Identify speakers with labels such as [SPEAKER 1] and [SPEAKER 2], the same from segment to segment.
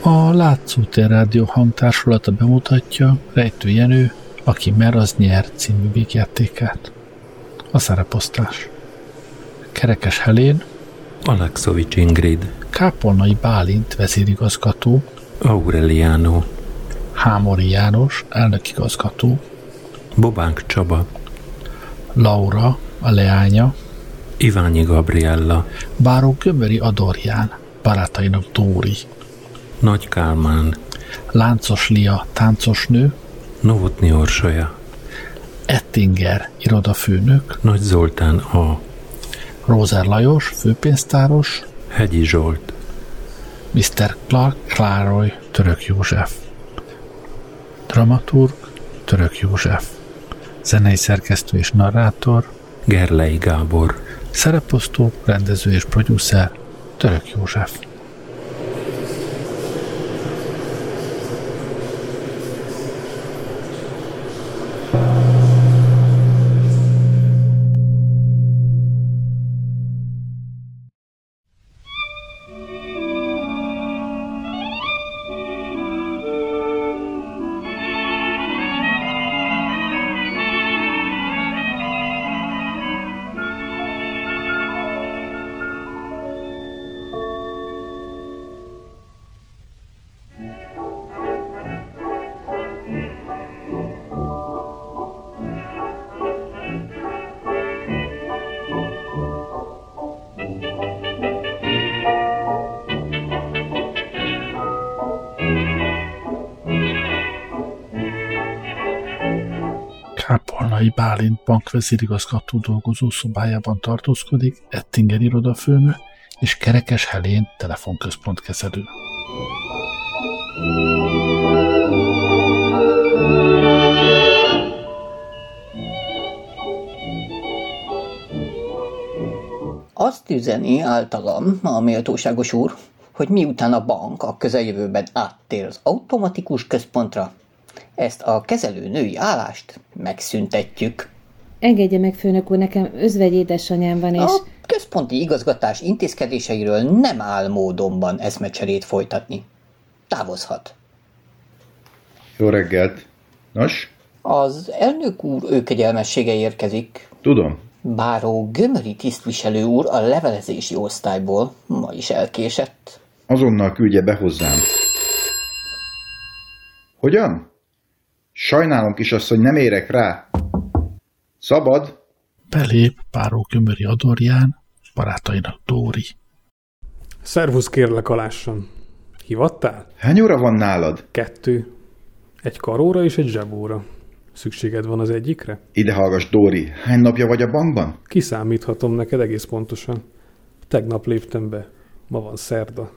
[SPEAKER 1] A Látszótér Rádió hangtársulata bemutatja Rejtő Jenő, aki mer az nyer című végjátékát. A szereposztás. Kerekes Helén,
[SPEAKER 2] Alexovics Ingrid,
[SPEAKER 1] Kápolnai Bálint vezérigazgató,
[SPEAKER 2] Aureliano,
[SPEAKER 1] Hámori János elnökigazgató,
[SPEAKER 2] Bobánk Csaba,
[SPEAKER 1] Laura, a leánya,
[SPEAKER 2] Iványi Gabriella,
[SPEAKER 1] Báró Gömöri Adorján, barátainak Dóri,
[SPEAKER 2] Nagy Kálmán,
[SPEAKER 1] Láncos Lia, táncosnő,
[SPEAKER 2] Novotni Orsolya,
[SPEAKER 1] Ettinger, irodafőnök,
[SPEAKER 2] Nagy Zoltán A,
[SPEAKER 1] Rózer Lajos, főpénztáros,
[SPEAKER 2] Hegyi Zsolt,
[SPEAKER 1] Mr. Clark Klároly, Török József. Dramaturg, Török József. Zenei szerkesztő és narrátor,
[SPEAKER 2] Gerlei Gábor,
[SPEAKER 1] szereposztó, rendező és producer, Török József. Kápolnai Bálint bankvezérigazgató dolgozó szobájában tartózkodik Ettinger irodafőnök és Kerekes Helén telefonközpont kezelő.
[SPEAKER 3] Azt üzeni általam a méltóságos úr, hogy miután a bank a közeljövőben áttér az automatikus központra, ezt a kezelő női állást megszüntetjük.
[SPEAKER 4] Engedje meg, főnök úr, nekem özvegy édesanyám van, és...
[SPEAKER 3] A központi igazgatás intézkedéseiről nem áll módonban eszmecserét folytatni. Távozhat.
[SPEAKER 5] Jó reggelt! Nos,
[SPEAKER 3] Az elnök úr őkegyelmessége érkezik.
[SPEAKER 5] tudom,
[SPEAKER 3] Báró Gömöri tisztviselő úr a levelezési osztályból ma is elkésett.
[SPEAKER 5] azonnal küldje be hozzám. Hogyan? Sajnálom, kisasszony, nem érek rá. Szabad?
[SPEAKER 1] Belép Báró Gömöri Adorján, barátainak Dóri.
[SPEAKER 6] Szervusz kérlek alássam. Hivattál?
[SPEAKER 5] Hány óra van nálad?
[SPEAKER 6] Kettő. Egy karóra és egy zsebóra. Szükséged van az egyikre?
[SPEAKER 5] Ide hallgass, Dóri, hány napja vagy a bankban?
[SPEAKER 6] Kiszámíthatom neked egész pontosan. Tegnap léptem be. Ma van szerda.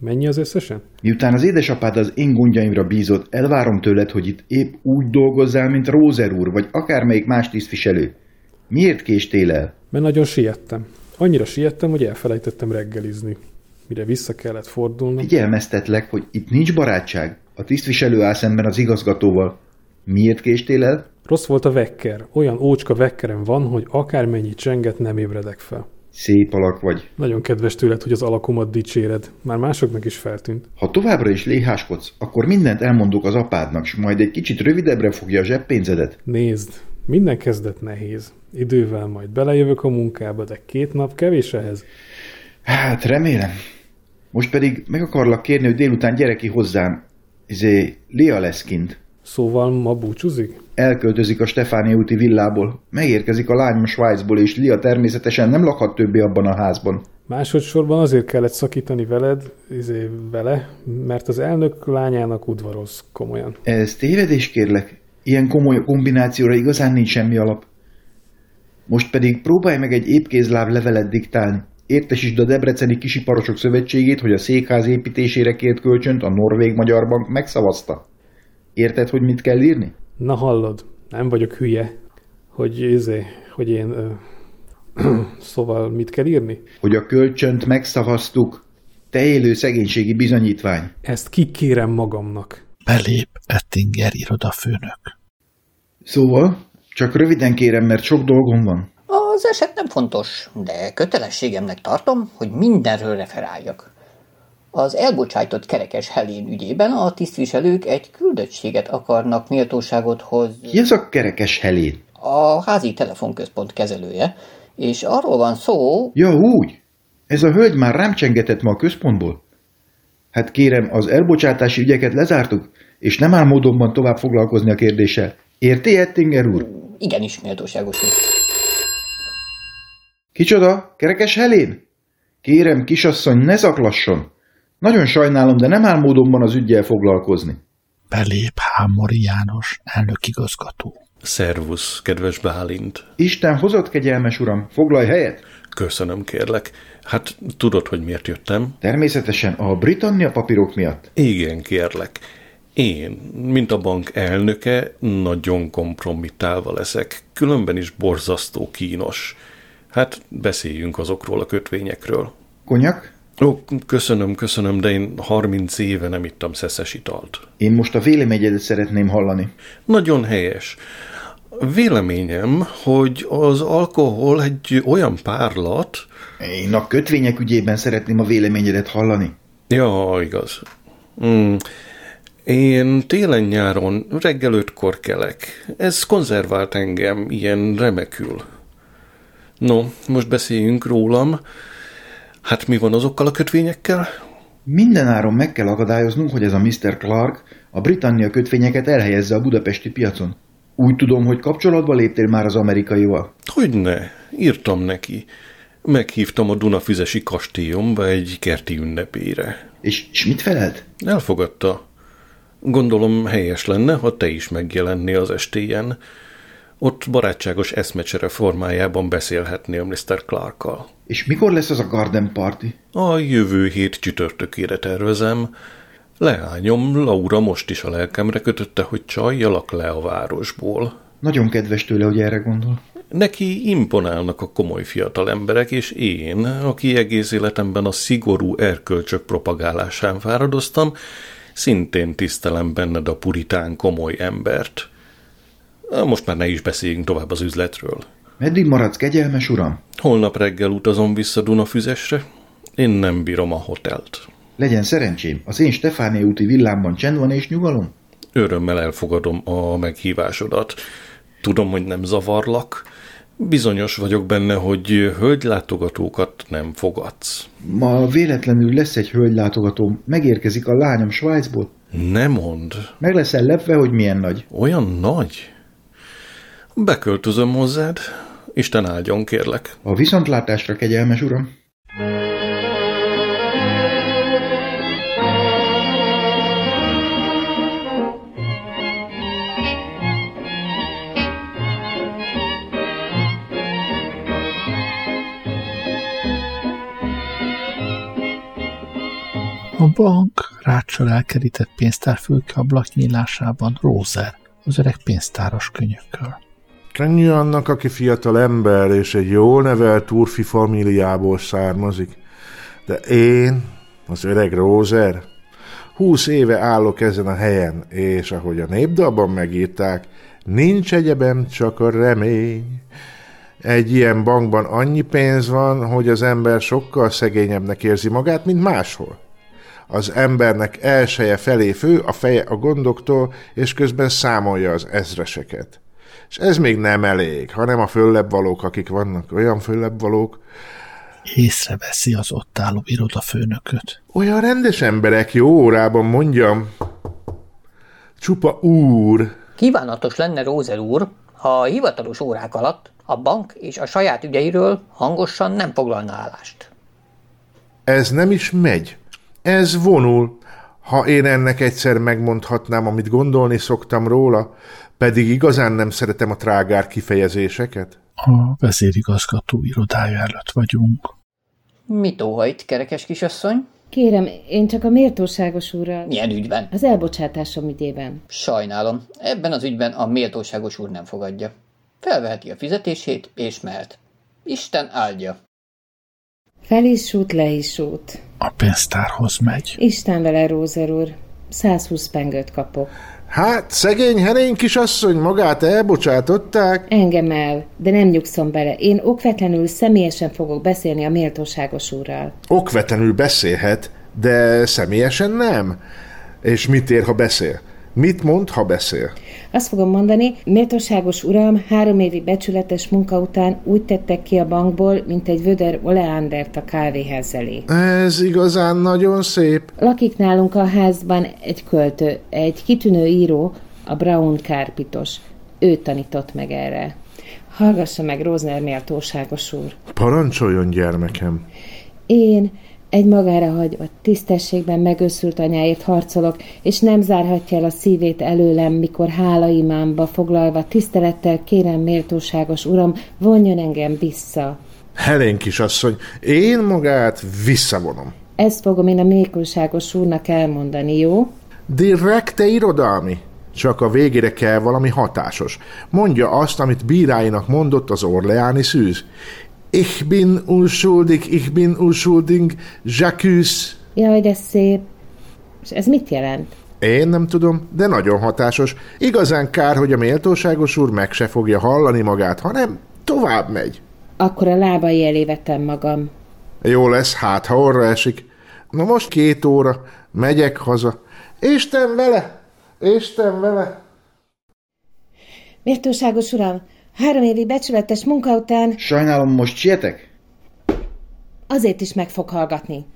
[SPEAKER 6] Mennyi az összesen?
[SPEAKER 5] Miután az édesapád az én gondjaimra bízott, elvárom tőled, hogy itt épp úgy dolgozzál, mint Rózer úr, vagy akármelyik más tisztviselő. Miért késtél el?
[SPEAKER 6] Mert nagyon siettem. Annyira siettem, hogy elfelejtettem reggelizni. Mire vissza kellett fordulnom,
[SPEAKER 5] Figyelmeztetlek, hogy itt nincs barátság. A tisztviselő áll szemben az igazgatóval. Miért késtél el?
[SPEAKER 6] rossz volt a vekker. Olyan ócska vekkerem van, hogy akármennyit csenget, nem ébredek fel.
[SPEAKER 5] Szép alak vagy.
[SPEAKER 6] Nagyon kedves tőled, hogy az alakomat dicséred. Már másoknak is feltűnt.
[SPEAKER 5] Ha továbbra is léháskodsz, akkor mindent elmondok az apádnak, s majd egy kicsit rövidebbre fogja a zseppénzedet.
[SPEAKER 6] Nézd, minden kezdet nehéz. Idővel majd belejövök a munkába, de két nap kevés ehhez.
[SPEAKER 5] Hát, remélem. Most pedig meg akarlak kérni, hogy délután gyere ki hozzám. Izé, Lia lesz kint.
[SPEAKER 6] Szóval ma búcsúzik?
[SPEAKER 5] Elköltözik a Stefáni úti villából. Megérkezik a lányom Svájcból, és Lia természetesen nem lakhat többé abban a házban.
[SPEAKER 6] Másodszorban azért kellett szakítani veled, izé, vele, mert az elnök lányának udvaroz komolyan.
[SPEAKER 5] Ez tévedés, kérlek. Ilyen komoly kombinációra igazán nincs semmi alap. Most pedig próbálj meg egy épkézláb levelet diktálni. Értesítsd a Debreceni Kisiparosok Szövetségét, hogy a székház építésére kért kölcsönt a Norvég-Magyar Bank megszavazta. Érted, hogy mit kell írni?
[SPEAKER 6] Na hallod, nem vagyok hülye, hogy izé, hogy én... Ö, szóval mit kell írni?
[SPEAKER 5] Hogy a kölcsönt megszavaztuk. Te élő szegénységi bizonyítvány.
[SPEAKER 6] Ezt kikérem magamnak.
[SPEAKER 1] Belép Ettinger irodafőnök.
[SPEAKER 5] Szóval? Csak röviden kérem, mert sok dolgom van.
[SPEAKER 3] Az eset nem fontos, de kötelességemnek tartom, hogy mindenről referáljak. Az elbocsájtott kerekes Helén ügyében a tisztviselők egy küldöttséget akarnak méltóságodhoz
[SPEAKER 5] Ki ez a kerekes helén?
[SPEAKER 3] a házi telefonközpont kezelője, és arról van szó,
[SPEAKER 5] Ja, úgy! Ez a hölgy már rám csengetett ma a központból. Hát kérem, az elbocsátási ügyeket lezártuk, és nem áll módonban tovább foglalkozni a kérdéssel. Érti, Ettinger úr?
[SPEAKER 3] igenis méltóságos úr.
[SPEAKER 5] Kicsoda? Kerekes Helén? Kérem, kisasszony, ne zaklasson! Nagyon sajnálom, de nem áll módonban az ügyjel foglalkozni.
[SPEAKER 1] Belép Hámori János, elnök igazgató.
[SPEAKER 7] Szervusz, kedves Bálint.
[SPEAKER 5] Isten hozott kegyelmes uram, foglalj helyet!
[SPEAKER 7] Köszönöm, kérlek. Hát tudod, hogy miért jöttem?
[SPEAKER 5] Természetesen a Britannia papírok miatt.
[SPEAKER 7] Igen, kérlek. Én, mint a bank elnöke, nagyon kompromittálva leszek. Különben is borzasztó kínos. Hát beszéljünk azokról a kötvényekről.
[SPEAKER 5] Konyak?
[SPEAKER 7] Ó, köszönöm, köszönöm, de én 30 éve nem ittam szeszes italt.
[SPEAKER 5] Én most a véleményedet szeretném hallani.
[SPEAKER 7] Nagyon helyes. Véleményem, hogy az alkohol egy olyan párlat,
[SPEAKER 5] Én a kötvények ügyében szeretném a véleményedet hallani.
[SPEAKER 7] Ja, igaz. Mm. Én télen-nyáron reggel ötkor kelek. Ez konzervált engem ilyen remekül. No, most beszéljünk rólam. Hát mi van azokkal a kötvényekkel?
[SPEAKER 5] Mindenáron meg kell akadályoznunk, hogy ez a Mr. Clark a Britannia kötvényeket elhelyezze a budapesti piacon. Úgy tudom, hogy kapcsolatba léptél már az amerikaival.
[SPEAKER 7] Hát, Hogyne, írtam neki. Meghívtam a Dunafüzesi kastélyomba egy kerti ünnepére.
[SPEAKER 5] És, és mit felelt?
[SPEAKER 7] Elfogadta. Gondolom helyes lenne, ha te is megjelennél az estéjen. Ott barátságos eszmecsere formájában beszélhetnél Mr. Clarkkal.
[SPEAKER 5] És mikor lesz az a garden party?
[SPEAKER 7] A jövő hét csütörtökére tervezem. Leányom Laura most is a lelkemre kötötte, hogy csaljalak le a városból.
[SPEAKER 5] Nagyon kedves tőle, hogy erre gondol.
[SPEAKER 7] Neki imponálnak a komoly fiatal emberek, és én, aki egész életemben a szigorú erkölcsök propagálásán fáradoztam, szintén tisztelem benned a puritán komoly embert. Most már ne is beszéljünk tovább az üzletről.
[SPEAKER 5] Meddig maradsz kegyelmes, uram?
[SPEAKER 7] Holnap reggel utazom vissza Dunafüzesre. Én nem bírom a hotelt.
[SPEAKER 5] Legyen szerencsém, az én Stefáné úti villámban csend van és nyugalom?
[SPEAKER 7] Örömmel elfogadom a meghívásodat. Tudom, hogy nem zavarlak. Bizonyos vagyok benne, hogy hölgylátogatókat nem fogadsz.
[SPEAKER 5] Ma véletlenül lesz egy hölgylátogatóm, megérkezik a lányom Svájcból.
[SPEAKER 7] Ne mondd,
[SPEAKER 5] Meg leszel lepve, hogy milyen nagy.
[SPEAKER 7] olyan nagy. Beköltözöm hozzád. Isten áldjon, kérlek.
[SPEAKER 5] A viszontlátásra kegyelmes uram.
[SPEAKER 1] A bank rácsal elkerített pénztárfülke ablak nyílásában Rózer, az öreg pénztáros könyököl.
[SPEAKER 8] Kenyű annak, aki fiatal ember és egy jól nevelt turfi familiából származik. De én, az öreg Rózer, húsz éve állok ezen a helyen, és ahogy a népdalban megírták, nincs egyebem, csak a remény. Egy ilyen bankban annyi pénz van, hogy az ember sokkal szegényebbnek érzi magát, mint máshol. Az embernek elseje felé fő, a feje a gondoktól, és közben számolja az ezreseket. És ez még nem elég, hanem a föllebb valók, akik vannak, olyan föllebb valók,
[SPEAKER 1] Észreveszi az ott álló irodafőnököt.
[SPEAKER 8] olyan rendes emberek, jó órában mondjam. Csupa úr,
[SPEAKER 3] Kívánatos lenne, Rózer úr, ha a hivatalos órák alatt a bank és a saját ügyeiről hangosan nem foglalna állást.
[SPEAKER 8] ez nem is megy. Ez vonul. Ha én ennek egyszer megmondhatnám, amit gondolni szoktam róla, pedig igazán nem szeretem a trágár kifejezéseket.
[SPEAKER 1] A vezérigazgató irodája előtt vagyunk.
[SPEAKER 3] Mit óhajt, kerekes kisasszony?
[SPEAKER 4] Kérem, én csak a méltóságos úrral.
[SPEAKER 3] Milyen ügyben?
[SPEAKER 4] Az elbocsátásom ügyében.
[SPEAKER 3] Sajnálom, ebben az ügyben a méltóságos úr nem fogadja. Felveheti a fizetését, és mehet. Isten áldja.
[SPEAKER 4] Fel is út, le is út.
[SPEAKER 1] A pénztárhoz megy.
[SPEAKER 4] Isten vele, Rózer úr. 120 pengőt kapok.
[SPEAKER 8] Hát, szegény herény kisasszony magát elbocsátották.
[SPEAKER 4] Engem el, de nem nyugszom bele. Én okvetlenül személyesen fogok beszélni a méltóságos úrral.
[SPEAKER 8] Okvetlenül beszélhet, de személyesen nem. És mit ér, ha beszél? Mit mond, ha beszél?
[SPEAKER 4] Azt fogom mondani, méltóságos uram, három évi becsületes munka után úgy tettek ki a bankból, mint egy vödör oleándert a kávéház elé.
[SPEAKER 8] Ez igazán nagyon szép.
[SPEAKER 4] Lakik nálunk a házban egy költő, egy kitűnő író, a Brown Kárpitos. Ő tanított meg erre. Hallgassa meg, Rózner méltóságos úr.
[SPEAKER 8] Parancsoljon, gyermekem.
[SPEAKER 4] Én egy magára hagyva, tisztességben megőszült anyáért harcolok, és nem zárhatja el a szívét előlem, mikor hálaimámba foglalva tisztelettel kérem méltóságos uram, vonjon engem vissza.
[SPEAKER 8] Helén kisasszony, én magát visszavonom.
[SPEAKER 4] Ezt fogom én a méltóságos úrnak elmondani, jó?
[SPEAKER 8] Direkte irodalmi. Csak a végére kell valami hatásos. Mondja azt, amit bíráinak mondott az orleáni szűz. Ich bin unschuldig, ich bin unschuldig, Jacques.
[SPEAKER 4] Jaj, de szép. És ez mit jelent?
[SPEAKER 8] Én nem tudom, de nagyon hatásos. Igazán kár, hogy a méltóságos úr meg se fogja hallani magát, hanem tovább megy.
[SPEAKER 4] Akkor a lábai elé vetem magam.
[SPEAKER 8] Jó lesz, hát ha orra esik. Na most két óra, megyek haza. Isten vele! Isten vele!
[SPEAKER 4] Méltóságos uram, három évi becsületes munka után
[SPEAKER 5] Sajnálom, most sietek?
[SPEAKER 4] azért is meg fog hallgatni.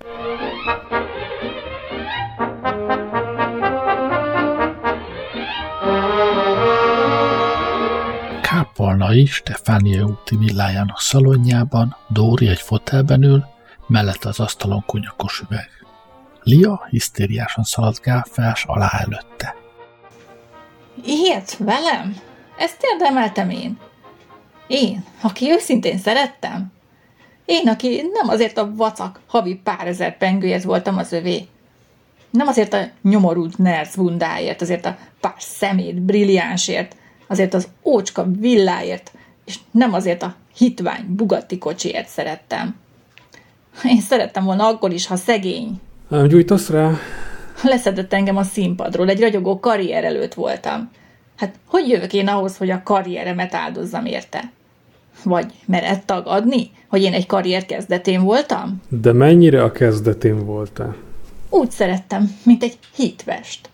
[SPEAKER 1] Kápolnai Stefánia úti villájának szalonjában Dóri egy fotelben ül, mellett az asztalon kunyakos üveg. Lia hisztériásan szaladgál fels alá előtte.
[SPEAKER 9] Ilyet velem? Ezt érdemeltem én. Én, aki őszintén szerettem. Én, aki nem azért a vacak havi pár ezer pengőért voltam az övé. Nem azért a nyomorult nerz bundáért, azért a pár szemét brilliánsért, azért az ócska villáért, és nem azért a hitvány bugatti kocsiért szerettem. Én szerettem volna akkor is, ha szegény.
[SPEAKER 6] Nem gyújtasz rá?
[SPEAKER 9] Leszedett engem a színpadról, egy ragyogó karrier előtt voltam. Hát hogy jövök én ahhoz, hogy a karrieremet áldozzam érte? Vagy mered tagadni, hogy én egy karrier kezdetén voltam?
[SPEAKER 6] De mennyire a kezdetén voltál?
[SPEAKER 9] Úgy szerettem, mint egy hitvest.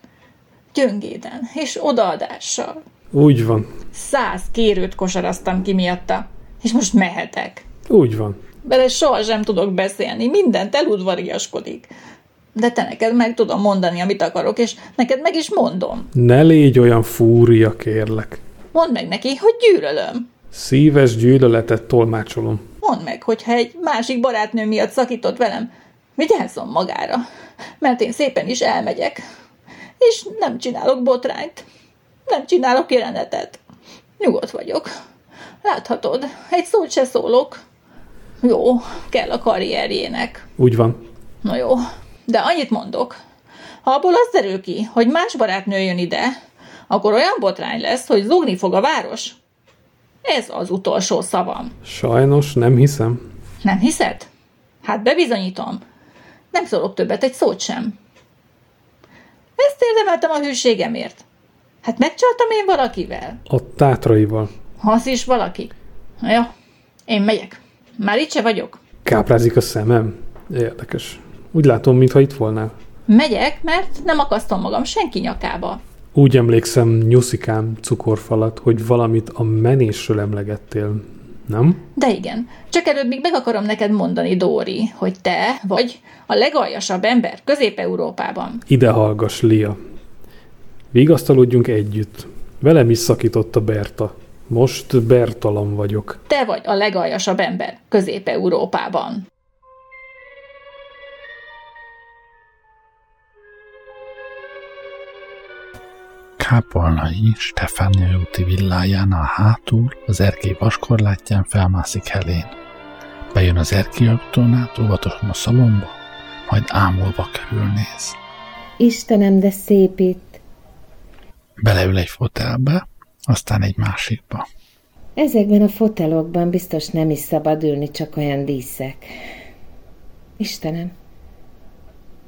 [SPEAKER 9] Gyöngéden és odaadással.
[SPEAKER 6] Úgy van,
[SPEAKER 9] Száz kérőt kosaraztam ki miatta, és most mehetek.
[SPEAKER 6] úgy van.
[SPEAKER 9] Bele sohasem tudok beszélni, mindent eludvariaskodik. De te neked meg tudom mondani, amit akarok, és neked meg is mondom.
[SPEAKER 6] Ne légy olyan fúria, kérlek.
[SPEAKER 9] Mondd meg neki, hogy gyűlölöm.
[SPEAKER 6] Szíves gyűlöletet tolmácsolom.
[SPEAKER 9] Mondd meg, hogyha egy másik barátnő miatt szakított velem, vigyázzon magára, mert én szépen is elmegyek, és nem csinálok botrányt, nem csinálok jelenetet. Nyugodt vagyok. Láthatod, egy szót se szólok. Jó, kell a karrierjének.
[SPEAKER 6] Úgy van.
[SPEAKER 9] Na jó, de annyit mondok. Ha abból az derül ki, hogy más barátnő jön ide, akkor olyan botrány lesz, hogy zúgni fog a város. Ez az utolsó szavam.
[SPEAKER 6] Sajnos nem hiszem.
[SPEAKER 9] Nem hiszed? Hát bebizonyítom. Nem szólok többet egy szót sem. Ezt érdemeltem a hűségemért. Hát megcsaltam én valakivel.
[SPEAKER 6] A tátraival.
[SPEAKER 9] Az is valaki. Na Jó, én megyek. Már itt se vagyok.
[SPEAKER 6] Káprázik a szemem. Érdekes. Úgy látom, mintha itt volnál.
[SPEAKER 9] Megyek, mert nem akasztom magam senki nyakába.
[SPEAKER 6] Úgy emlékszem, nyuszikám cukorfalat, hogy valamit a menésről emlegettél. Nem?
[SPEAKER 9] De igen, csak előbb még meg akarom neked mondani, Dóri, hogy te vagy a legaljasabb ember Közép-Európában.
[SPEAKER 6] Ide hallgass, Lia. Vigasztalódjunk együtt. Velem is szakította Berta. Most Bertalan vagyok.
[SPEAKER 9] Te vagy a legaljasabb ember Közép-Európában.
[SPEAKER 1] Kápolnai Stefánia úti villájánál hátul az erkély vaskorlátján felmászik Helén. Bejön az erkély ajtón át óvatosan a szalomba, majd ámulva körülnéz.
[SPEAKER 4] Istenem, de szép itt.
[SPEAKER 1] Beleül egy fotelbe, aztán egy másikba.
[SPEAKER 4] Ezekben a fotelokban biztos nem is szabad ülni, csak olyan díszek. Istenem,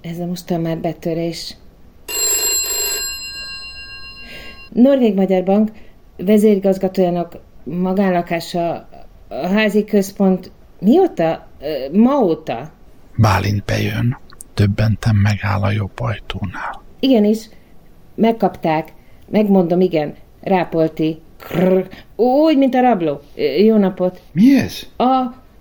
[SPEAKER 4] ez a mostan már betörés. Norvég Magyar Bank vezérigazgatójának magánlakása a házi központ mióta? Ö, Ma óta?
[SPEAKER 1] Bálint bejön. Döbbentem megáll a jobb ajtónál.
[SPEAKER 4] Igenis, megkapták. Megmondom, igen. Rápolti. Krr, úgy, mint a rabló. Ö, Jó napot.
[SPEAKER 5] Mi ez?
[SPEAKER 4] A,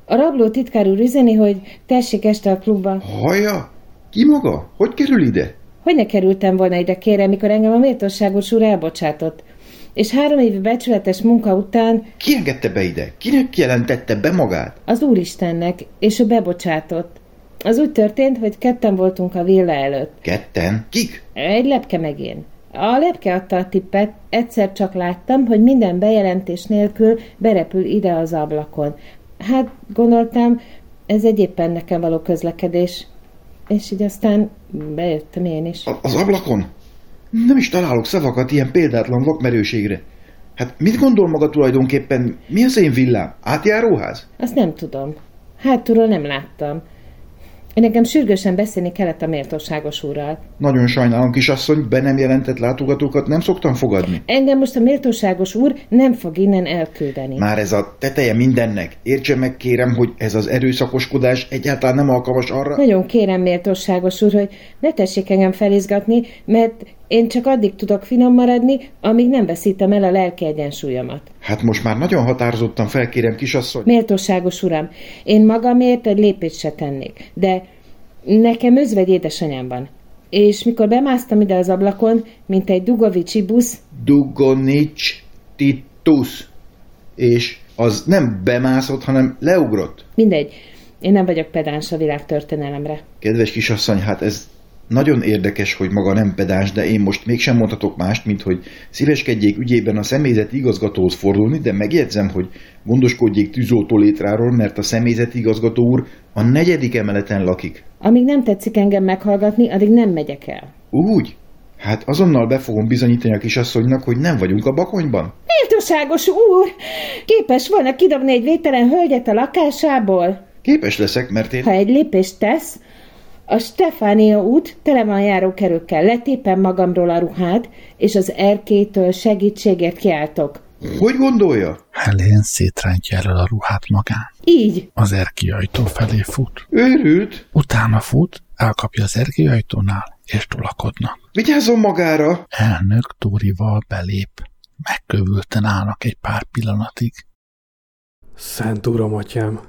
[SPEAKER 4] a rabló titkár úr üzeni, hogy tessék este a klubba.
[SPEAKER 5] Haja? Ki maga? Hogy kerül ide?
[SPEAKER 4] Hogy ne kerültem volna ide, kérem, mikor engem a méltóságos úr elbocsátott. És három évi becsületes munka után
[SPEAKER 5] Ki engedte be ide? Kinek jelentette be magát?
[SPEAKER 4] az Úristennek, és ő bebocsátott. Az úgy történt, hogy ketten voltunk a villa előtt.
[SPEAKER 5] Ketten? Kik?
[SPEAKER 4] Egy lepke meg én. A lepke adta a tippet, egyszer csak láttam, hogy minden bejelentés nélkül berepül ide az ablakon. Hát, gondoltam, ez egy éppen nekem való közlekedés. És így aztán bejöttem én is.
[SPEAKER 5] A- az ablakon? Nem is találok szavakat ilyen példátlan vakmerőségre. Hát mit gondol maga tulajdonképpen? Mi az én villám? Átjáróház?
[SPEAKER 4] Azt nem tudom. Hátulról nem láttam. Nekem sürgősen beszélni kellett a méltóságos úrral.
[SPEAKER 5] Nagyon sajnálom, kisasszony, be nem jelentett látogatókat nem szoktam fogadni.
[SPEAKER 4] Engem most a méltóságos úr nem fog innen elküldeni.
[SPEAKER 5] Már ez a teteje mindennek. Értse meg, kérem, hogy ez az erőszakoskodás egyáltalán nem alkalmas arra.
[SPEAKER 4] Nagyon kérem, méltóságos úr, hogy ne tessék engem felizgatni, mert én csak addig tudok finom maradni, amíg nem veszítem el a lelki egyensúlyomat.
[SPEAKER 5] Hát most már nagyon határozottan felkérem, kisasszony.
[SPEAKER 4] Méltóságos uram, én magamért egy lépét se tennék, de nekem özvegy édesanyám van. És mikor bemásztam ide az ablakon, mint egy dugovicsi busz,
[SPEAKER 5] Dugonics Titus. És az nem bemászott, hanem leugrott.
[SPEAKER 4] mindegy, én nem vagyok pedáns a világtörténelemre.
[SPEAKER 5] Kedves kisasszony, hát ez nagyon érdekes, hogy maga nem pedáns, de én most mégsem mondhatok mást, mint hogy szíveskedjék ügyében a személyzeti igazgatóhoz fordulni, de megjegyzem, hogy gondoskodjék tűzoltó létráról, mert a személyzeti igazgató úr a negyedik emeleten lakik.
[SPEAKER 4] Amíg nem tetszik engem meghallgatni, addig nem megyek el.
[SPEAKER 5] Úgy? Hát azonnal be fogom bizonyítani a kisasszonynak, hogy nem vagyunk a bakonyban.
[SPEAKER 4] Méltóságos úr! Képes volna kidobni egy vételen hölgyet a lakásából?
[SPEAKER 5] Képes leszek, mert én...
[SPEAKER 4] Ha egy lépést tesz, a Stefánia út tele van járókerőkkel. Letépem magamról a ruhát, és az erkétől segítségért kiáltok.
[SPEAKER 5] Hogy gondolja?
[SPEAKER 1] Helén szétrántja elől a ruhát magán.
[SPEAKER 4] Így.
[SPEAKER 1] Az erki ajtó felé fut.
[SPEAKER 5] Őrült?
[SPEAKER 1] Utána fut, elkapja az erki ajtónál, és tulakodnak.
[SPEAKER 5] Vigyázzon magára!
[SPEAKER 1] Elnök Tórival belép. Megkövülten állnak egy pár pillanatig.
[SPEAKER 6] Szent uram, atyám.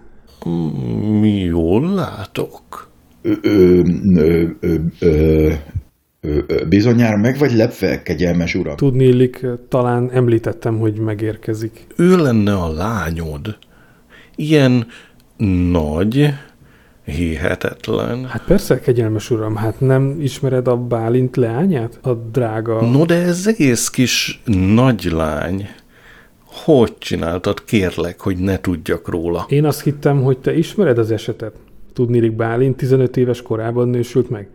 [SPEAKER 7] Mm, Jól látok.
[SPEAKER 5] Ö, ö, ö, ö, ö, ö, ö, bizonyára meg vagy lepve, kegyelmes uram?
[SPEAKER 6] Tudni illik, talán említettem, hogy megérkezik.
[SPEAKER 7] Ő lenne a lányod. Ilyen nagy, hihetetlen.
[SPEAKER 6] Hát persze, kegyelmes uram, hát nem ismered a Bálint leányát? A drága...
[SPEAKER 7] No, de ez egész kis nagylány. Hogy csináltad, kérlek, hogy ne tudjak róla?
[SPEAKER 6] Én azt hittem, hogy te ismered az esetet. Tudnélik Bálint 15 éves korában nősült meg.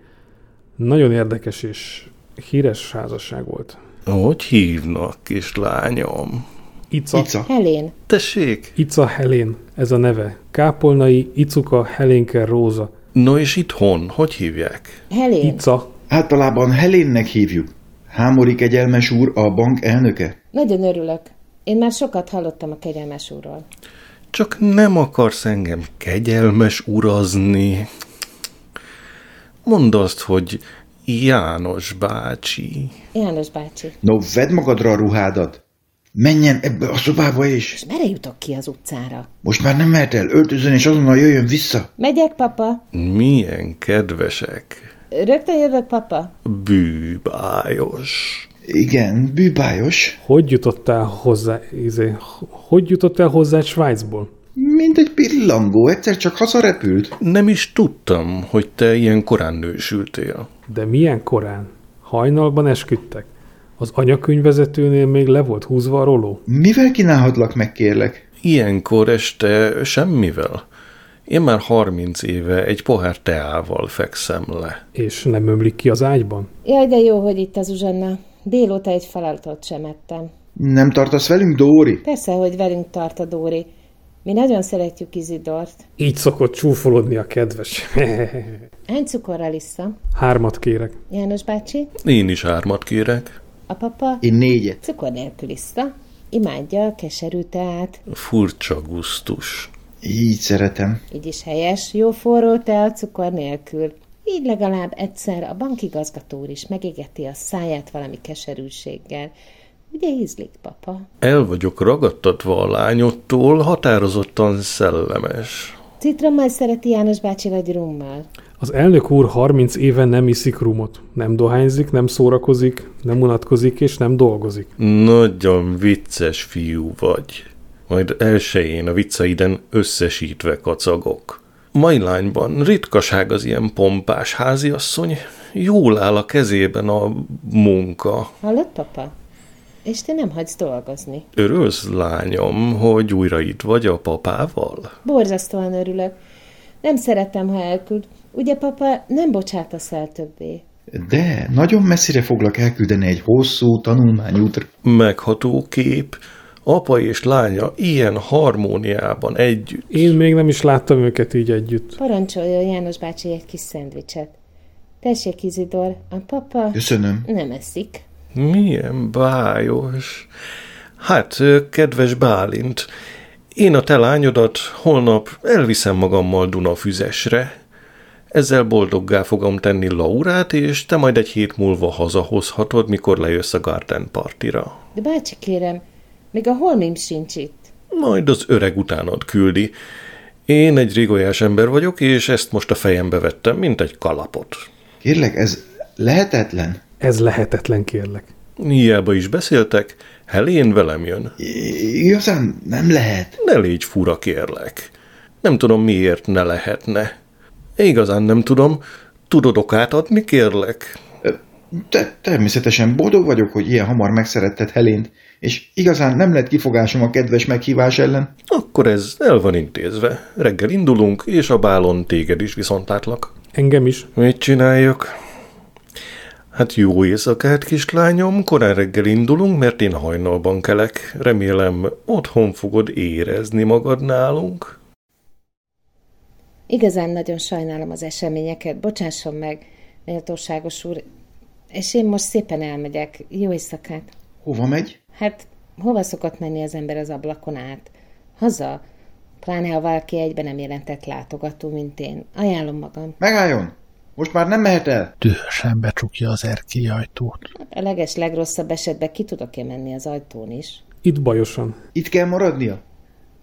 [SPEAKER 6] Nagyon érdekes és híres házasság volt.
[SPEAKER 7] Hogy hívnak, kislányom?
[SPEAKER 6] Ica, Ica,
[SPEAKER 5] Ica,
[SPEAKER 4] Helén,
[SPEAKER 7] Tessék?
[SPEAKER 6] Ica Helén, ez a neve. Kápolnai Icuka Helénke Róza.
[SPEAKER 7] No és itthon, hogy hívják?
[SPEAKER 4] Helén,
[SPEAKER 6] Ica,
[SPEAKER 5] általában Helénnek hívjuk. Hámori kegyelmes úr a bank elnöke?
[SPEAKER 4] nagyon örülök. Én már sokat hallottam a kegyelmes úrról.
[SPEAKER 7] Csak nem akarsz engem kegyelmes urazni. Mondd azt, hogy János bácsi.
[SPEAKER 4] János bácsi,
[SPEAKER 5] No, vedd magadra a ruhádat! Menjen ebbe a szobába is!
[SPEAKER 4] merre jutok ki az utcára?
[SPEAKER 5] Most már nem mehet el, öltözön és azonnal jöjjön vissza!
[SPEAKER 4] Megyek, papa?
[SPEAKER 7] Milyen kedvesek.
[SPEAKER 4] Rögtön jövök, papa?
[SPEAKER 7] Bűbájos.
[SPEAKER 5] Igen, bűbájos.
[SPEAKER 6] hogy jutottál hozzá, izé, hogy jutottál hozzá Svájcból?
[SPEAKER 5] Mint egy pillangó, egyszer csak hazarepült.
[SPEAKER 7] Nem is tudtam, hogy te ilyen korán nősültél.
[SPEAKER 6] De milyen korán? Hajnalban esküdtek. Az anyakönyvvezetőnél még le volt húzva a roló.
[SPEAKER 5] Mivel kínálhatlak meg, kérlek?
[SPEAKER 7] Ilyenkor este semmivel. Én már 30 éve egy pohár teával fekszem le.
[SPEAKER 6] És nem ömlik ki az ágyban?
[SPEAKER 4] Jaj, de jó, hogy itt az uzsanna. Délóta egy feladatot sem ettem.
[SPEAKER 5] Nem tartasz velünk, Dóri?
[SPEAKER 4] Persze, hogy velünk tart a Dóri. Mi nagyon szeretjük Izidort.
[SPEAKER 6] Így szokott csúfolodni a kedves.
[SPEAKER 4] Hány cukorral iszza?
[SPEAKER 6] Hármat kérek.
[SPEAKER 4] János bácsi,
[SPEAKER 7] Én is ármat kérek.
[SPEAKER 4] a papa
[SPEAKER 5] Én négyet.
[SPEAKER 4] cukor nélkül iszza. Imádja a keserű teát,
[SPEAKER 7] Furcsa gusztus.
[SPEAKER 5] Így szeretem.
[SPEAKER 4] így is helyes, jó forró tea cukor nélkül. Így legalább egyszer a bankigazgató úr is megégeti a száját valami keserűséggel. Ugye ízlik, papa?
[SPEAKER 7] El vagyok ragadtatva a lányottól, határozottan szellemes.
[SPEAKER 4] Citrommal szereti János bácsi vagy rummal?
[SPEAKER 6] Az elnök úr 30 éve nem iszik rumot. Nem dohányzik, nem szórakozik, nem unatkozik és nem dolgozik.
[SPEAKER 7] Nagyon vicces fiú vagy. Majd elsőjén a vicceiden összesítve kacagok. Mai lányban ritkaság az ilyen pompás háziasszony, jól áll a kezében a munka.
[SPEAKER 4] Hallod, papa? És te nem hagysz dolgozni.
[SPEAKER 7] Örülsz, lányom, hogy újra itt vagy a papával?
[SPEAKER 4] Borzasztóan örülök. Nem szeretem, ha elküld. Ugye, papa, nem bocsátasz el többé.
[SPEAKER 5] De nagyon messzire foglak elküldeni egy hosszú tanulmányútra.
[SPEAKER 7] Megható kép, apa és lánya ilyen harmóniában együtt.
[SPEAKER 6] Én még nem is láttam őket így együtt.
[SPEAKER 4] Parancsoljon János bácsi egy kis szendvicset. Tessék, Izidor, a papa
[SPEAKER 5] Köszönöm.
[SPEAKER 4] nem eszik.
[SPEAKER 7] Milyen bájos. Hát, ö, kedves Bálint, én a te lányodat holnap elviszem magammal Dunafüzesre. Ezzel boldoggá fogom tenni Laurát, és te majd egy hét múlva hazahozhatod, mikor lejössz a Garden Partira.
[SPEAKER 4] De bácsi, kérem, még a holmim sincs itt.
[SPEAKER 7] Majd az öreg utánad küldi. Én egy rigolyás ember vagyok, és ezt most a fejembe vettem, mint egy kalapot.
[SPEAKER 5] Kérlek, ez lehetetlen?
[SPEAKER 6] Ez lehetetlen, kérlek.
[SPEAKER 7] Hiába is beszéltek, Helén velem jön.
[SPEAKER 5] I- Igazán nem lehet.
[SPEAKER 7] Ne légy fura, kérlek. Nem tudom, miért ne lehetne. Igazán nem tudom. Tudod okát adni, kérlek?
[SPEAKER 5] Te, természetesen boldog vagyok, hogy ilyen hamar megszeretted Helént, és igazán nem lett kifogásom a kedves meghívás ellen.
[SPEAKER 7] Akkor ez el van intézve. Reggel indulunk, és a bálon téged is viszontátlak.
[SPEAKER 6] Engem is.
[SPEAKER 7] Mit csináljak? Hát jó éjszakát, kislányom, korán reggel indulunk, mert én hajnalban kelek. Remélem, otthon fogod érezni magad nálunk.
[SPEAKER 4] Igazán nagyon sajnálom az eseményeket, bocsásson meg, méltóságos úr, és én most szépen elmegyek. Jó éjszakát.
[SPEAKER 5] Hova megy?
[SPEAKER 4] Hát, hova szokott menni az ember az ablakon át? Haza? Pláne, ha valaki egyben nem jelentett látogató, mint én. Ajánlom magam.
[SPEAKER 5] Megálljon! Most már nem mehet el!
[SPEAKER 1] Dühösen becsukja az erkély ajtót.
[SPEAKER 4] Hát, A leges legrosszabb esetben ki tudok-e menni az ajtón is?
[SPEAKER 6] Itt bajosan.
[SPEAKER 5] Itt kell maradnia.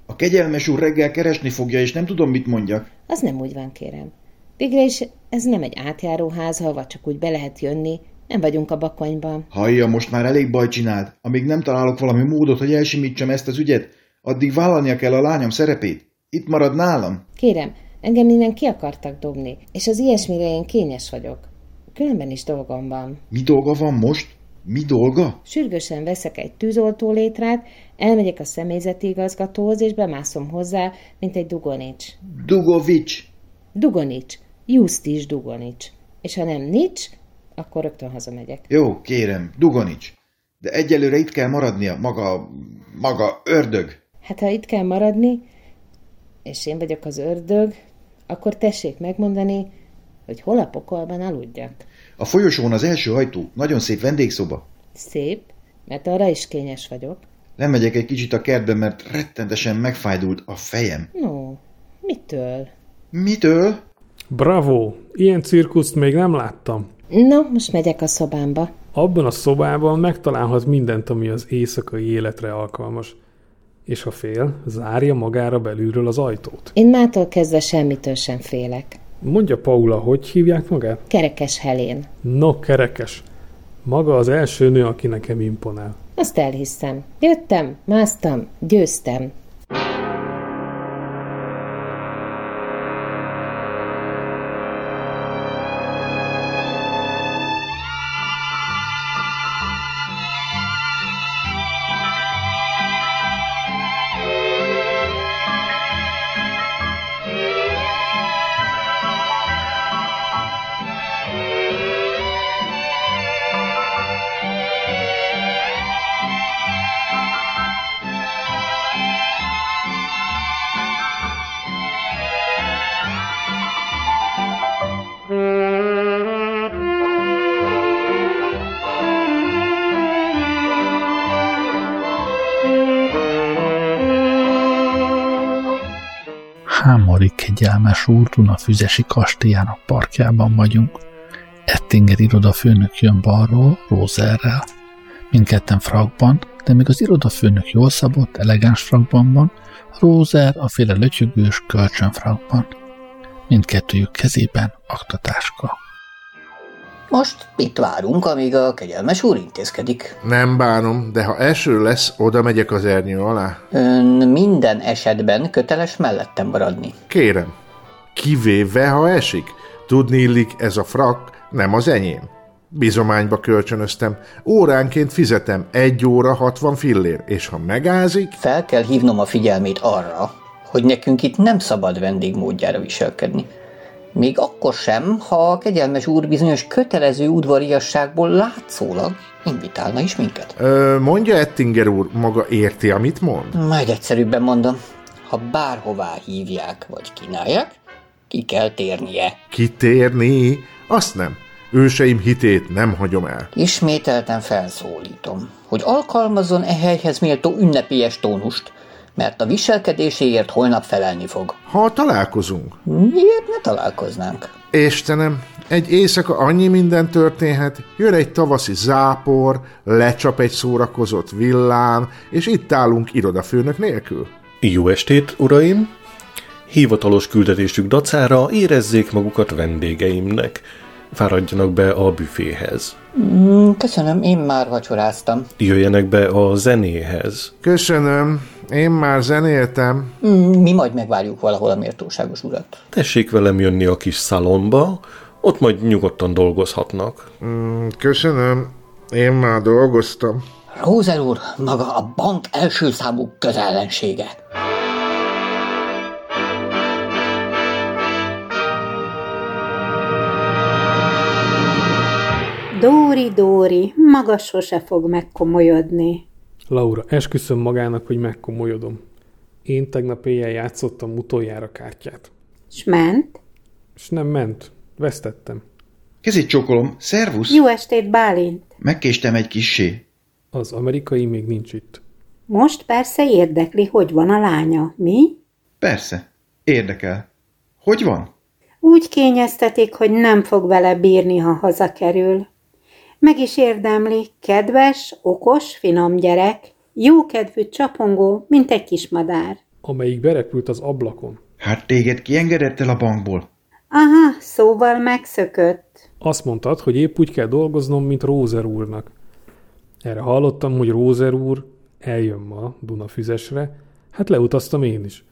[SPEAKER 5] A kegyelmes úr reggel keresni fogja, és nem tudom, mit mondjak.
[SPEAKER 4] Az nem úgy van, kérem. Végre is ez nem egy átjáróház, hova csak úgy be lehet jönni. Nem vagyunk a bakonyban.
[SPEAKER 5] Hallja, most már elég baj csinált. Amíg nem találok valami módot, hogy elsimítsam ezt az ügyet, addig vállalnia kell a lányom szerepét. Itt marad nálam.
[SPEAKER 4] Kérem, engem innen ki akartak dobni, és az ilyesmire én kényes vagyok. Különben is dolgom van.
[SPEAKER 5] Mi dolga van most? Mi dolga?
[SPEAKER 4] Sürgősen veszek egy tűzoltó létrát, elmegyek a személyzeti igazgatóhoz, és bemászom hozzá, mint egy dugonics.
[SPEAKER 5] Dugovics!
[SPEAKER 4] Dugonics. Just is Dugonics. És ha nem nincs, akkor rögtön hazamegyek.
[SPEAKER 5] Jó, kérem, Dugonics. De egyelőre itt kell maradnia, maga, maga ördög.
[SPEAKER 4] Hát ha itt kell maradni, és én vagyok az ördög, akkor tessék megmondani, hogy hol a pokolban aludjak.
[SPEAKER 5] A folyosón az első ajtó, nagyon szép vendégszoba.
[SPEAKER 4] Szép, mert arra is kényes vagyok.
[SPEAKER 5] Lemegyek egy kicsit a kertbe, mert rettentesen megfájdult a fejem.
[SPEAKER 4] No, mitől?
[SPEAKER 5] Mitől?
[SPEAKER 6] Bravo! Ilyen cirkuszt még nem láttam.
[SPEAKER 4] Na, most megyek a szobámba.
[SPEAKER 6] Abban a szobában megtalálhat mindent, ami az éjszakai életre alkalmas. És ha fél, zárja magára belülről az ajtót.
[SPEAKER 4] Én mától kezdve semmitől sem félek.
[SPEAKER 6] Mondja Paula, hogy hívják magát?
[SPEAKER 4] Kerekes Helén.
[SPEAKER 6] No, kerekes. Maga az első nő, aki nekem imponál.
[SPEAKER 4] Azt elhiszem. Jöttem, másztam, győztem.
[SPEAKER 1] Hámori kegyelmes úr Dunafüzesi kastélyának parkjában vagyunk. Ettinger irodafőnök jön balról, Rózerrel. Mindketten frakban, de még az irodafőnök jól szabott, elegáns frakban van, Rózer a féle lötyögős kölcsönfrakban. Mindkettőjük kezében aktatáska.
[SPEAKER 3] Most itt várunk, amíg a kegyelmes úr intézkedik.
[SPEAKER 8] Nem bánom, de ha eső lesz, oda megyek az ernyő alá.
[SPEAKER 3] Ön minden esetben köteles mellettem maradni.
[SPEAKER 8] Kérem, kivéve, ha esik. Tudni illik, ez a frak nem az enyém. Bizományba kölcsönöztem. Óránként fizetem egy óra 60 fillér, és ha megázik,
[SPEAKER 3] Fel kell hívnom a figyelmét arra, hogy nekünk itt nem szabad vendégmódjára viselkedni. Még akkor sem, ha a kegyelmes úr bizonyos kötelező udvariasságból látszólag invitálna is minket.
[SPEAKER 8] ö, mondja Ettinger úr, maga érti, amit mond?
[SPEAKER 3] Majd egyszerűbben mondom, ha bárhová hívják vagy kínálják, ki kell térnie.
[SPEAKER 8] Kitérni? Azt nem. Őseim hitét nem hagyom el.
[SPEAKER 3] Ismételten felszólítom, hogy alkalmazzon e helyhez méltó ünnepélyes tónust, mert a viselkedéséért holnap felelni fog.
[SPEAKER 8] Ha találkozunk,
[SPEAKER 3] Miért ne találkoznánk?
[SPEAKER 8] Istenem, egy éjszaka annyi minden történhet, jön egy tavaszi zápor, lecsap egy szórakozott villám, és itt állunk irodafőnök nélkül.
[SPEAKER 7] Jó estét, uraim! Hivatalos küldetésük dacára érezzék magukat vendégeimnek. Fáradjanak be a büféhez.
[SPEAKER 3] Mm, Köszönöm, én már vacsoráztam.
[SPEAKER 7] Jöjjenek be a zenéhez.
[SPEAKER 8] Köszönöm, én már zenéltem.
[SPEAKER 3] Mm, Mi majd megvárjuk valahol a méltóságos urat.
[SPEAKER 7] Tessék velem jönni a kis szalomba, ott majd nyugodtan dolgozhatnak.
[SPEAKER 8] Mm, Köszönöm, én már dolgoztam.
[SPEAKER 3] Rózer úr maga a bank első számú közellensége.
[SPEAKER 10] Dóri, Dóri, maga sose fog megkomolyodni.
[SPEAKER 6] Laura, esküszöm magának, hogy megkomolyodom. Én tegnap éjjel játszottam utoljára kártyát.
[SPEAKER 10] S ment?
[SPEAKER 6] És nem ment. Vesztettem.
[SPEAKER 5] Kezét csokolom, szervusz!
[SPEAKER 10] Jó estét, Bálint!
[SPEAKER 5] Megkéstem egy kissé.
[SPEAKER 6] Az amerikai még nincs itt.
[SPEAKER 10] Most persze érdekli, hogy van a lánya, mi?
[SPEAKER 5] Persze, érdekel. Hogy van?
[SPEAKER 10] Úgy kényeztetik, hogy nem fog vele bírni, ha hazakerül. Meg is érdemli, kedves, okos, finom gyerek, jókedvű, csapongó, mint egy kis madár.
[SPEAKER 6] Amelyik berepült az ablakon.
[SPEAKER 5] Hát téged kiengedett el a bankból.
[SPEAKER 10] Aha, szóval megszökött.
[SPEAKER 6] Azt mondtad, hogy épp úgy kell dolgoznom, mint Rózer úrnak. Erre hallottam, hogy Rózer úr eljön ma Dunafüzesre, hát leutaztam én is.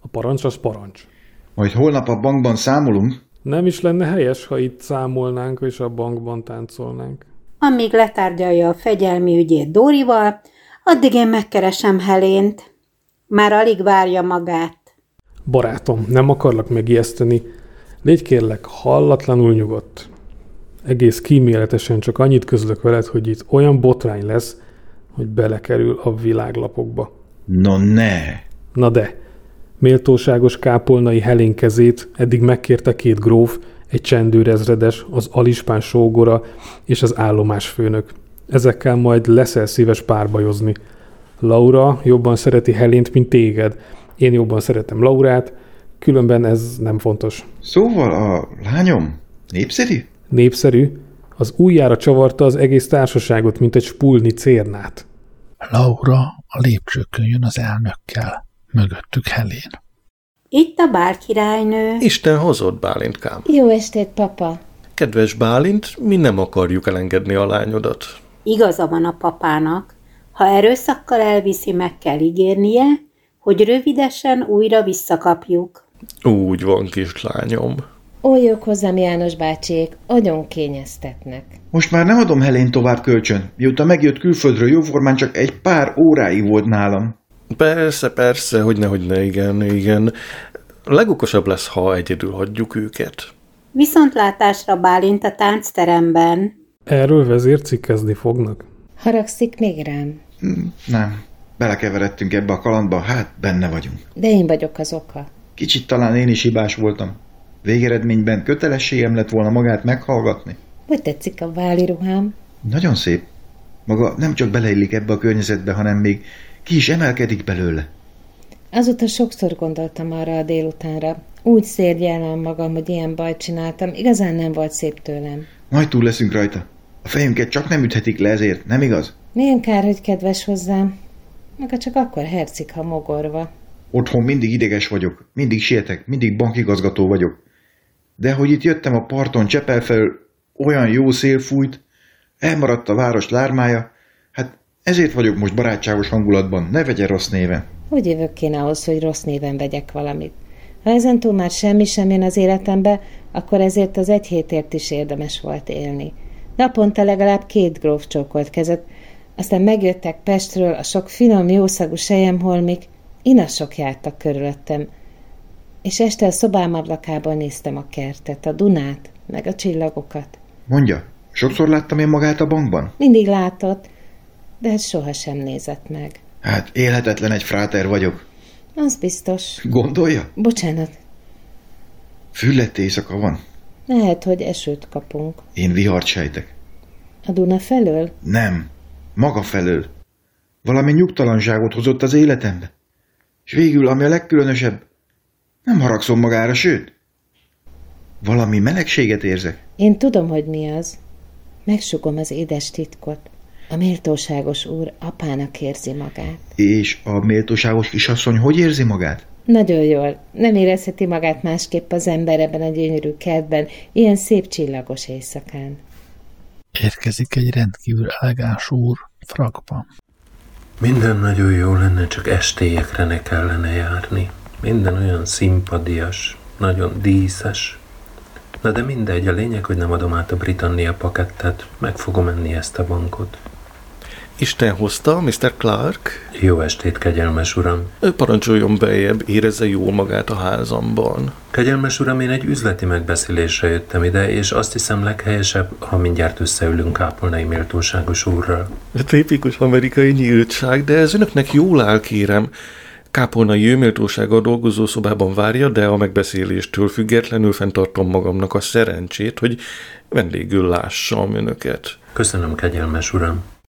[SPEAKER 6] A parancs az parancs.
[SPEAKER 5] Majd holnap a bankban számolunk.
[SPEAKER 6] Nem is lenne helyes, ha itt számolnánk és a bankban táncolnánk.
[SPEAKER 10] Amíg letárgyalja a fegyelmi ügyét Dórival, addig én megkeresem Helént. Már alig várja magát.
[SPEAKER 6] Barátom, nem akarlak megijeszteni. Légy kérlek, hallatlanul nyugodt. Egész kíméletesen csak annyit közlök veled, hogy itt olyan botrány lesz, hogy belekerül a világlapokba.
[SPEAKER 5] No ne!
[SPEAKER 6] Na de, méltóságos kápolnai Helén kezét eddig megkérte két gróf, egy csendőrezredes, az alispán sógora és az állomásfőnök. Ezekkel majd leszel szíves párbajozni. Laura jobban szereti Helént, mint téged. Én jobban szeretem Laurát, különben ez nem fontos.
[SPEAKER 5] Szóval a lányom népszerű?
[SPEAKER 6] Népszerű, az újjára csavarta az egész társaságot, mint egy spulni cérnát.
[SPEAKER 1] Laura a lépcsőkön jön az elnökkel, mögöttük Helén.
[SPEAKER 10] Itt a bárkirálynő.
[SPEAKER 7] Isten hozott Bálintkám.
[SPEAKER 4] Jó estét, papa!
[SPEAKER 7] Kedves Bálint, mi nem akarjuk elengedni a lányodat.
[SPEAKER 10] Igaza van a papának. Ha erőszakkal elviszi, meg kell ígérnie, hogy rövidesen újra visszakapjuk.
[SPEAKER 7] Úgy van, kislányom.
[SPEAKER 4] Oljok hozzám, János bácsiék, agyon kényeztetnek.
[SPEAKER 5] Most már nem adom Helén tovább kölcsön. Mióta megjött külföldről, jóformán csak egy pár óráig volt nálam.
[SPEAKER 7] Persze, persze, hogy nehogy ne, igen, igen. Legokosabb lesz, ha egyedül hagyjuk őket.
[SPEAKER 10] Viszontlátásra Bálint a táncteremben.
[SPEAKER 6] Erről vezércikkezni fognak.
[SPEAKER 4] Haragszik még rám,
[SPEAKER 5] Hm, Nem, belekeveredtünk ebbe a kalandba, hát benne vagyunk.
[SPEAKER 4] de én vagyok az oka.
[SPEAKER 5] Kicsit talán én is hibás voltam. Végeredményben kötelességem lett volna magát meghallgatni.
[SPEAKER 4] Hogy tetszik a váli ruhám?
[SPEAKER 5] Nagyon szép. Maga nem csak beleillik ebbe a környezetbe, hanem még ki is emelkedik belőle.
[SPEAKER 4] Azóta sokszor gondoltam arra a délutánra. Úgy szérgyellem magam, hogy ilyen bajt csináltam, igazán nem volt szép tőlem.
[SPEAKER 5] Majd túl leszünk rajta. A fejünket csak nem üthetik le ezért, nem igaz?
[SPEAKER 4] Milyen kár, hogy kedves hozzám. Maga csak akkor hercik, ha mogorva.
[SPEAKER 5] Otthon mindig ideges vagyok, mindig sietek, mindig bankigazgató vagyok. De hogy itt jöttem a parton Csepel felől, olyan jó szél fújt, elmaradt a város lármája, hát ezért vagyok most barátságos hangulatban, ne vegye rossz néven.
[SPEAKER 4] Hogy jövök én ahhoz, hogy rossz néven vegyek valamit? Ha ezentúl már semmi sem jön az életembe, akkor ezért az egy hétért is érdemes volt élni. Naponta legalább két gróf csókolt kezet, aztán megjöttek Pestről a sok finom, jószagú sejemholmik, inasok jártak körülöttem, és este a szobám ablakában néztem a kertet, a Dunát, meg a csillagokat.
[SPEAKER 5] Mondja, sokszor láttam én magát a bankban?
[SPEAKER 4] Mindig látott, de hát sohasem nézett meg.
[SPEAKER 5] Hát élhetetlen egy fráter vagyok.
[SPEAKER 4] Az biztos.
[SPEAKER 5] Gondolja?
[SPEAKER 4] Bocsánat,
[SPEAKER 5] Füllett éjszaka van.
[SPEAKER 4] lehet, hogy esőt kapunk.
[SPEAKER 5] Én vihart sejtek.
[SPEAKER 4] A Duna felől?
[SPEAKER 5] Nem. Maga felől. Valami nyugtalanságot hozott az életembe. És végül, ami a legkülönösebb, nem haragszom magára, sőt, valami melegséget érzek.
[SPEAKER 4] Én tudom, hogy mi az. Megsugom az édes titkot. A méltóságos úr apának érzi magát.
[SPEAKER 5] És a méltóságos kisasszony hogy érzi magát?
[SPEAKER 4] Nagyon jól. Nem érezheti magát másképp az ember ebben a gyönyörű kertben, ilyen szép csillagos éjszakán.
[SPEAKER 1] Érkezik egy rendkívül elegáns úr frakban.
[SPEAKER 2] Minden nagyon jó lenne, csak estélyekre ne kellene járni. Minden olyan szimpadias, nagyon díszes. Na de mindegy, a lényeg, hogy nem adom át a Britannia pakettet, meg fogom enni ezt a bankot.
[SPEAKER 7] Isten hozta, Mr. Clark.
[SPEAKER 2] Jó estét, kegyelmes uram!
[SPEAKER 7] Ő parancsoljon bejebb, érezze jól magát a házamban.
[SPEAKER 2] Kegyelmes uram, én egy üzleti megbeszélésre jöttem ide, és azt hiszem leghelyesebb, ha mindjárt összeülünk kápolnai méltóságos úrral.
[SPEAKER 7] Tipikus amerikai nyíltság, de ez önöknek jól áll, kérem. Kápolnai őméltósága dolgozó szobában várja, de a megbeszéléstől függetlenül fenntartom magamnak a szerencsét, hogy vendégül lássam önöket.
[SPEAKER 2] Köszönöm, kegyelmes uram!